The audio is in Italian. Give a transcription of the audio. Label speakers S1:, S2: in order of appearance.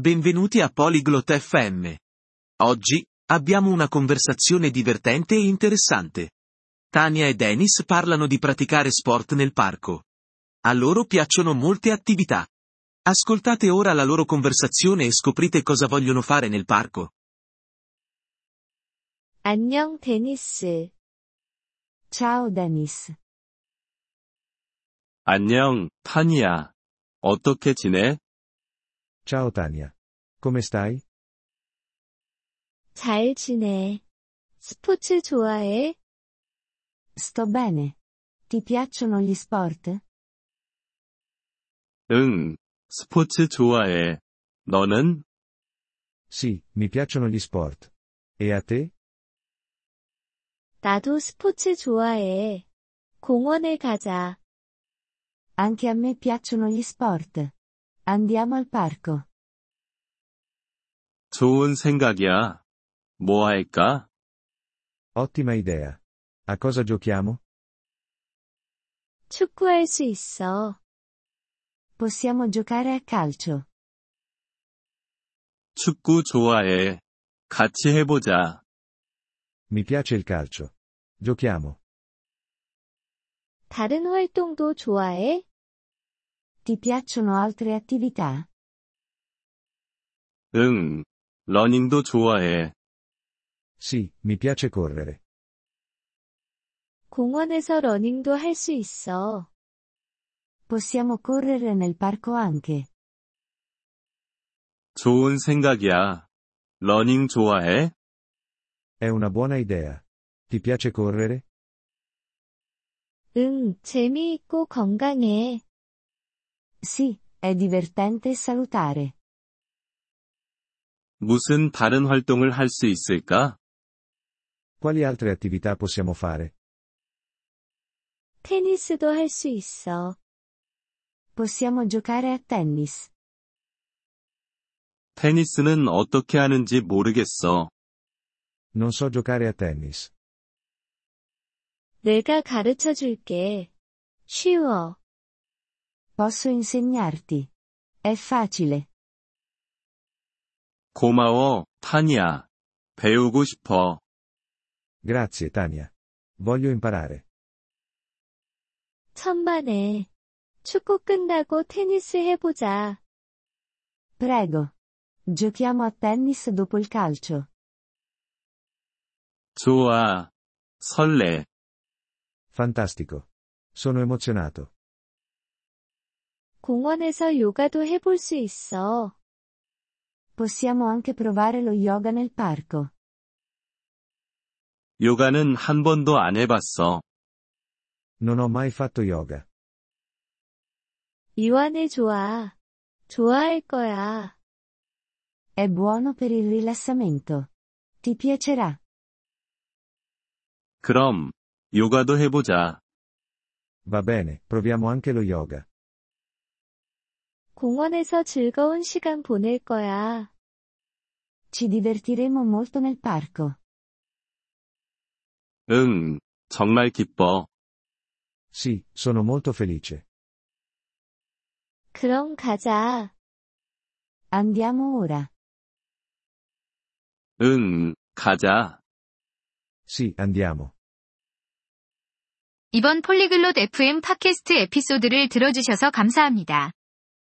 S1: Benvenuti a Polyglot FM. Oggi, abbiamo una conversazione divertente e interessante. Tania e Dennis parlano di praticare sport nel parco. A loro piacciono molte attività. Ascoltate ora la loro conversazione e scoprite cosa vogliono fare nel parco.
S2: 안녕, 데니스. Ciao, Dennis.
S3: 안녕, 타니야. 어떻게 지내?
S4: Ciao Tania. Come stai?
S2: 잘 지내. 스포츠 좋아해? Sto bene. Ti piacciono gli sport?
S3: 응, 스포츠 좋아해. 너는?
S4: Sì, mi piacciono gli sport. E a te?
S2: 나도 스포츠 좋아해. 공원에 가자. Anche a me piacciono gli sport. Andiamo al parco.
S3: 좋은 생각이야. 뭐 할까?
S4: Ottima idea. A cosa giochiamo?
S2: 축구할 수 있어. Possiamo giocare a calcio.
S3: 축구 좋아해. 같이 해보자.
S4: Mi piace il calcio. Giochiamo.
S2: 다른 활동도 좋아해? Ti piacciono altre attività?
S3: 응, 러닝도 좋아해.
S4: Sì, mi piace correre.
S2: 공원에서 러닝도 할 수 있어. Possiamo correre nel parco anche.
S3: 좋은 생각이야. 러닝 좋아해?
S4: È una buona idea. Ti piace correre?
S2: 응, 재미있고 건강해. Sì, è divertente e salutare.
S3: 무슨 다른 활동을 할 수 있을까?
S4: Quali altre attività possiamo fare?
S2: 테니스도 할 수 있어. Possiamo giocare a tennis.
S3: 테니스는 어떻게 하는지 모르겠어.
S4: Non so giocare a tennis.
S2: 내가 가르쳐 줄게. 쉬워. Posso insegnarti. È facile.
S3: 고마워, 타니야. 배우고 싶어.
S4: Grazie Tania. Voglio imparare.
S2: 천만에. 축구 끝나고 테니스 해보자. Prego. Giochiamo a tennis dopo il calcio.
S3: 좋아. 설레.
S4: Fantastico. Sono emozionato.
S2: 공원에서 요가도 해볼 수 있어. Possiamo anche provare lo yoga nel parco.
S3: 요가는 한 번도 안 해봤어.
S4: Non ho mai fatto yoga.
S2: 이완에 좋아. 좋아할 거야. È buono per il rilassamento. Ti piacerà.
S3: 그럼, 요가도 해보자.
S4: Va bene, proviamo anche lo yoga.
S2: 공원에서 즐거운 시간 보낼 거야. Ci divertiremo molto nel parco.
S3: 응, 정말 기뻐.
S4: Sì, sono molto felice.
S2: 그럼 가자. Andiamo ora.
S3: 응, 가자.
S4: Sì, andiamo.
S5: 이번 폴리글롯 FM 팟캐스트 에피소드를 들어주셔서 감사합니다.